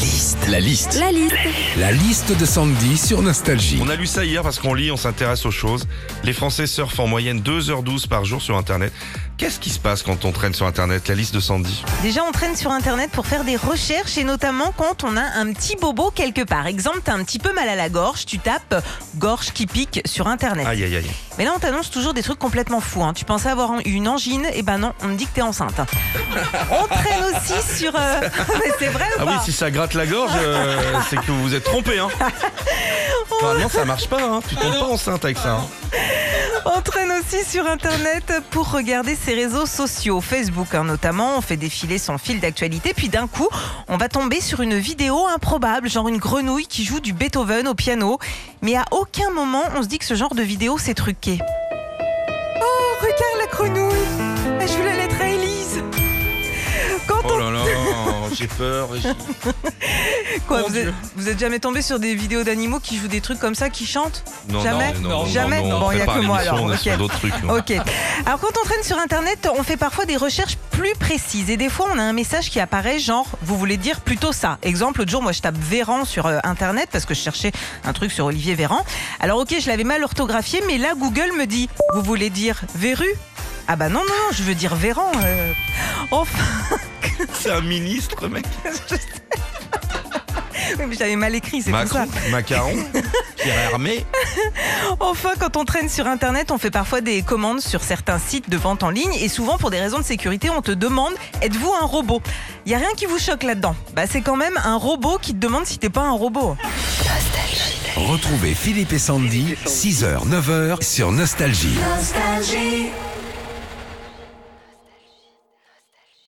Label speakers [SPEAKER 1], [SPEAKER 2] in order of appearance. [SPEAKER 1] liste. La liste.
[SPEAKER 2] La liste.
[SPEAKER 1] La liste de Sandy sur Nostalgie.
[SPEAKER 3] On a lu ça hier parce qu'on lit, on s'intéresse aux choses. Les Français surfent en moyenne 2h12 par jour sur Internet. Qu'est-ce qui se passe quand on traîne sur Internet La liste de Sandy.
[SPEAKER 4] Déjà, on traîne sur Internet pour faire des recherches et notamment quand on a un petit bobo quelque part. Exemple, t'as un petit peu mal à la gorge, tu tapes gorge qui pique sur Internet.
[SPEAKER 3] Aïe, aïe, aïe.
[SPEAKER 4] Mais là, on t'annonce toujours des trucs complètement fous. hein. Tu pensais avoir une angine, et ben non, on me dit que t'es enceinte. on traîne aussi sur. euh, mais c'est vrai ou
[SPEAKER 3] Ah oui,
[SPEAKER 4] pas
[SPEAKER 3] si ça gratte la gorge, euh, c'est que vous vous êtes trompé. Hein. Normalement, ça marche pas. Hein. Tu tombes pas enceinte avec ça. hein.
[SPEAKER 4] On traîne aussi sur Internet pour regarder ses réseaux sociaux, Facebook hein, notamment. On fait défiler son fil d'actualité, puis d'un coup, on va tomber sur une vidéo improbable, genre une grenouille qui joue du Beethoven au piano. Mais à aucun moment, on se dit que ce genre de vidéo, c'est truqué. Oh, regarde la grenouille Elle joue la lettre à Élise Quand
[SPEAKER 3] Oh
[SPEAKER 4] on...
[SPEAKER 3] là là, j'ai peur. Régis.
[SPEAKER 4] Quoi,
[SPEAKER 3] mon
[SPEAKER 4] vous, êtes,
[SPEAKER 3] Dieu.
[SPEAKER 4] vous êtes jamais tombé sur des vidéos d'animaux qui jouent des trucs comme ça, qui chantent
[SPEAKER 3] Non,
[SPEAKER 4] Jamais
[SPEAKER 3] non, non, non,
[SPEAKER 4] Jamais
[SPEAKER 3] non, non,
[SPEAKER 4] Bon,
[SPEAKER 3] on
[SPEAKER 4] il y a
[SPEAKER 3] prépare
[SPEAKER 4] que moi
[SPEAKER 3] l'émission,
[SPEAKER 4] alors.
[SPEAKER 3] On est
[SPEAKER 4] ok.
[SPEAKER 3] sur d'autres trucs. nous.
[SPEAKER 4] Ok. Alors quand on traîne sur Internet, on fait parfois des recherches plus précises et des fois on a un message qui apparaît genre vous voulez dire plutôt ça. Exemple, l'autre jour moi je tape Véran sur euh, Internet parce que je cherchais un truc sur Olivier Véran. Alors ok je l'avais mal orthographié mais là Google me dit vous voulez dire verru Ah bah non non non je veux dire Véran. euh. Enfin
[SPEAKER 3] C'est un ministre, mec.
[SPEAKER 4] mais j'avais mal écrit c'est pour ça.
[SPEAKER 3] Macron, Macaron, Pierre Hermé.
[SPEAKER 4] Enfin, quand on traîne sur Internet, on fait parfois des commandes sur certains sites de vente en ligne et souvent pour des raisons de sécurité, on te demande êtes-vous un robot Il y a rien qui vous choque là-dedans. Bah, c'est quand même un robot qui te demande si t'es pas un robot.
[SPEAKER 1] Retrouvez Philippe et Sandy, 6h, 9h sur Nostalgie.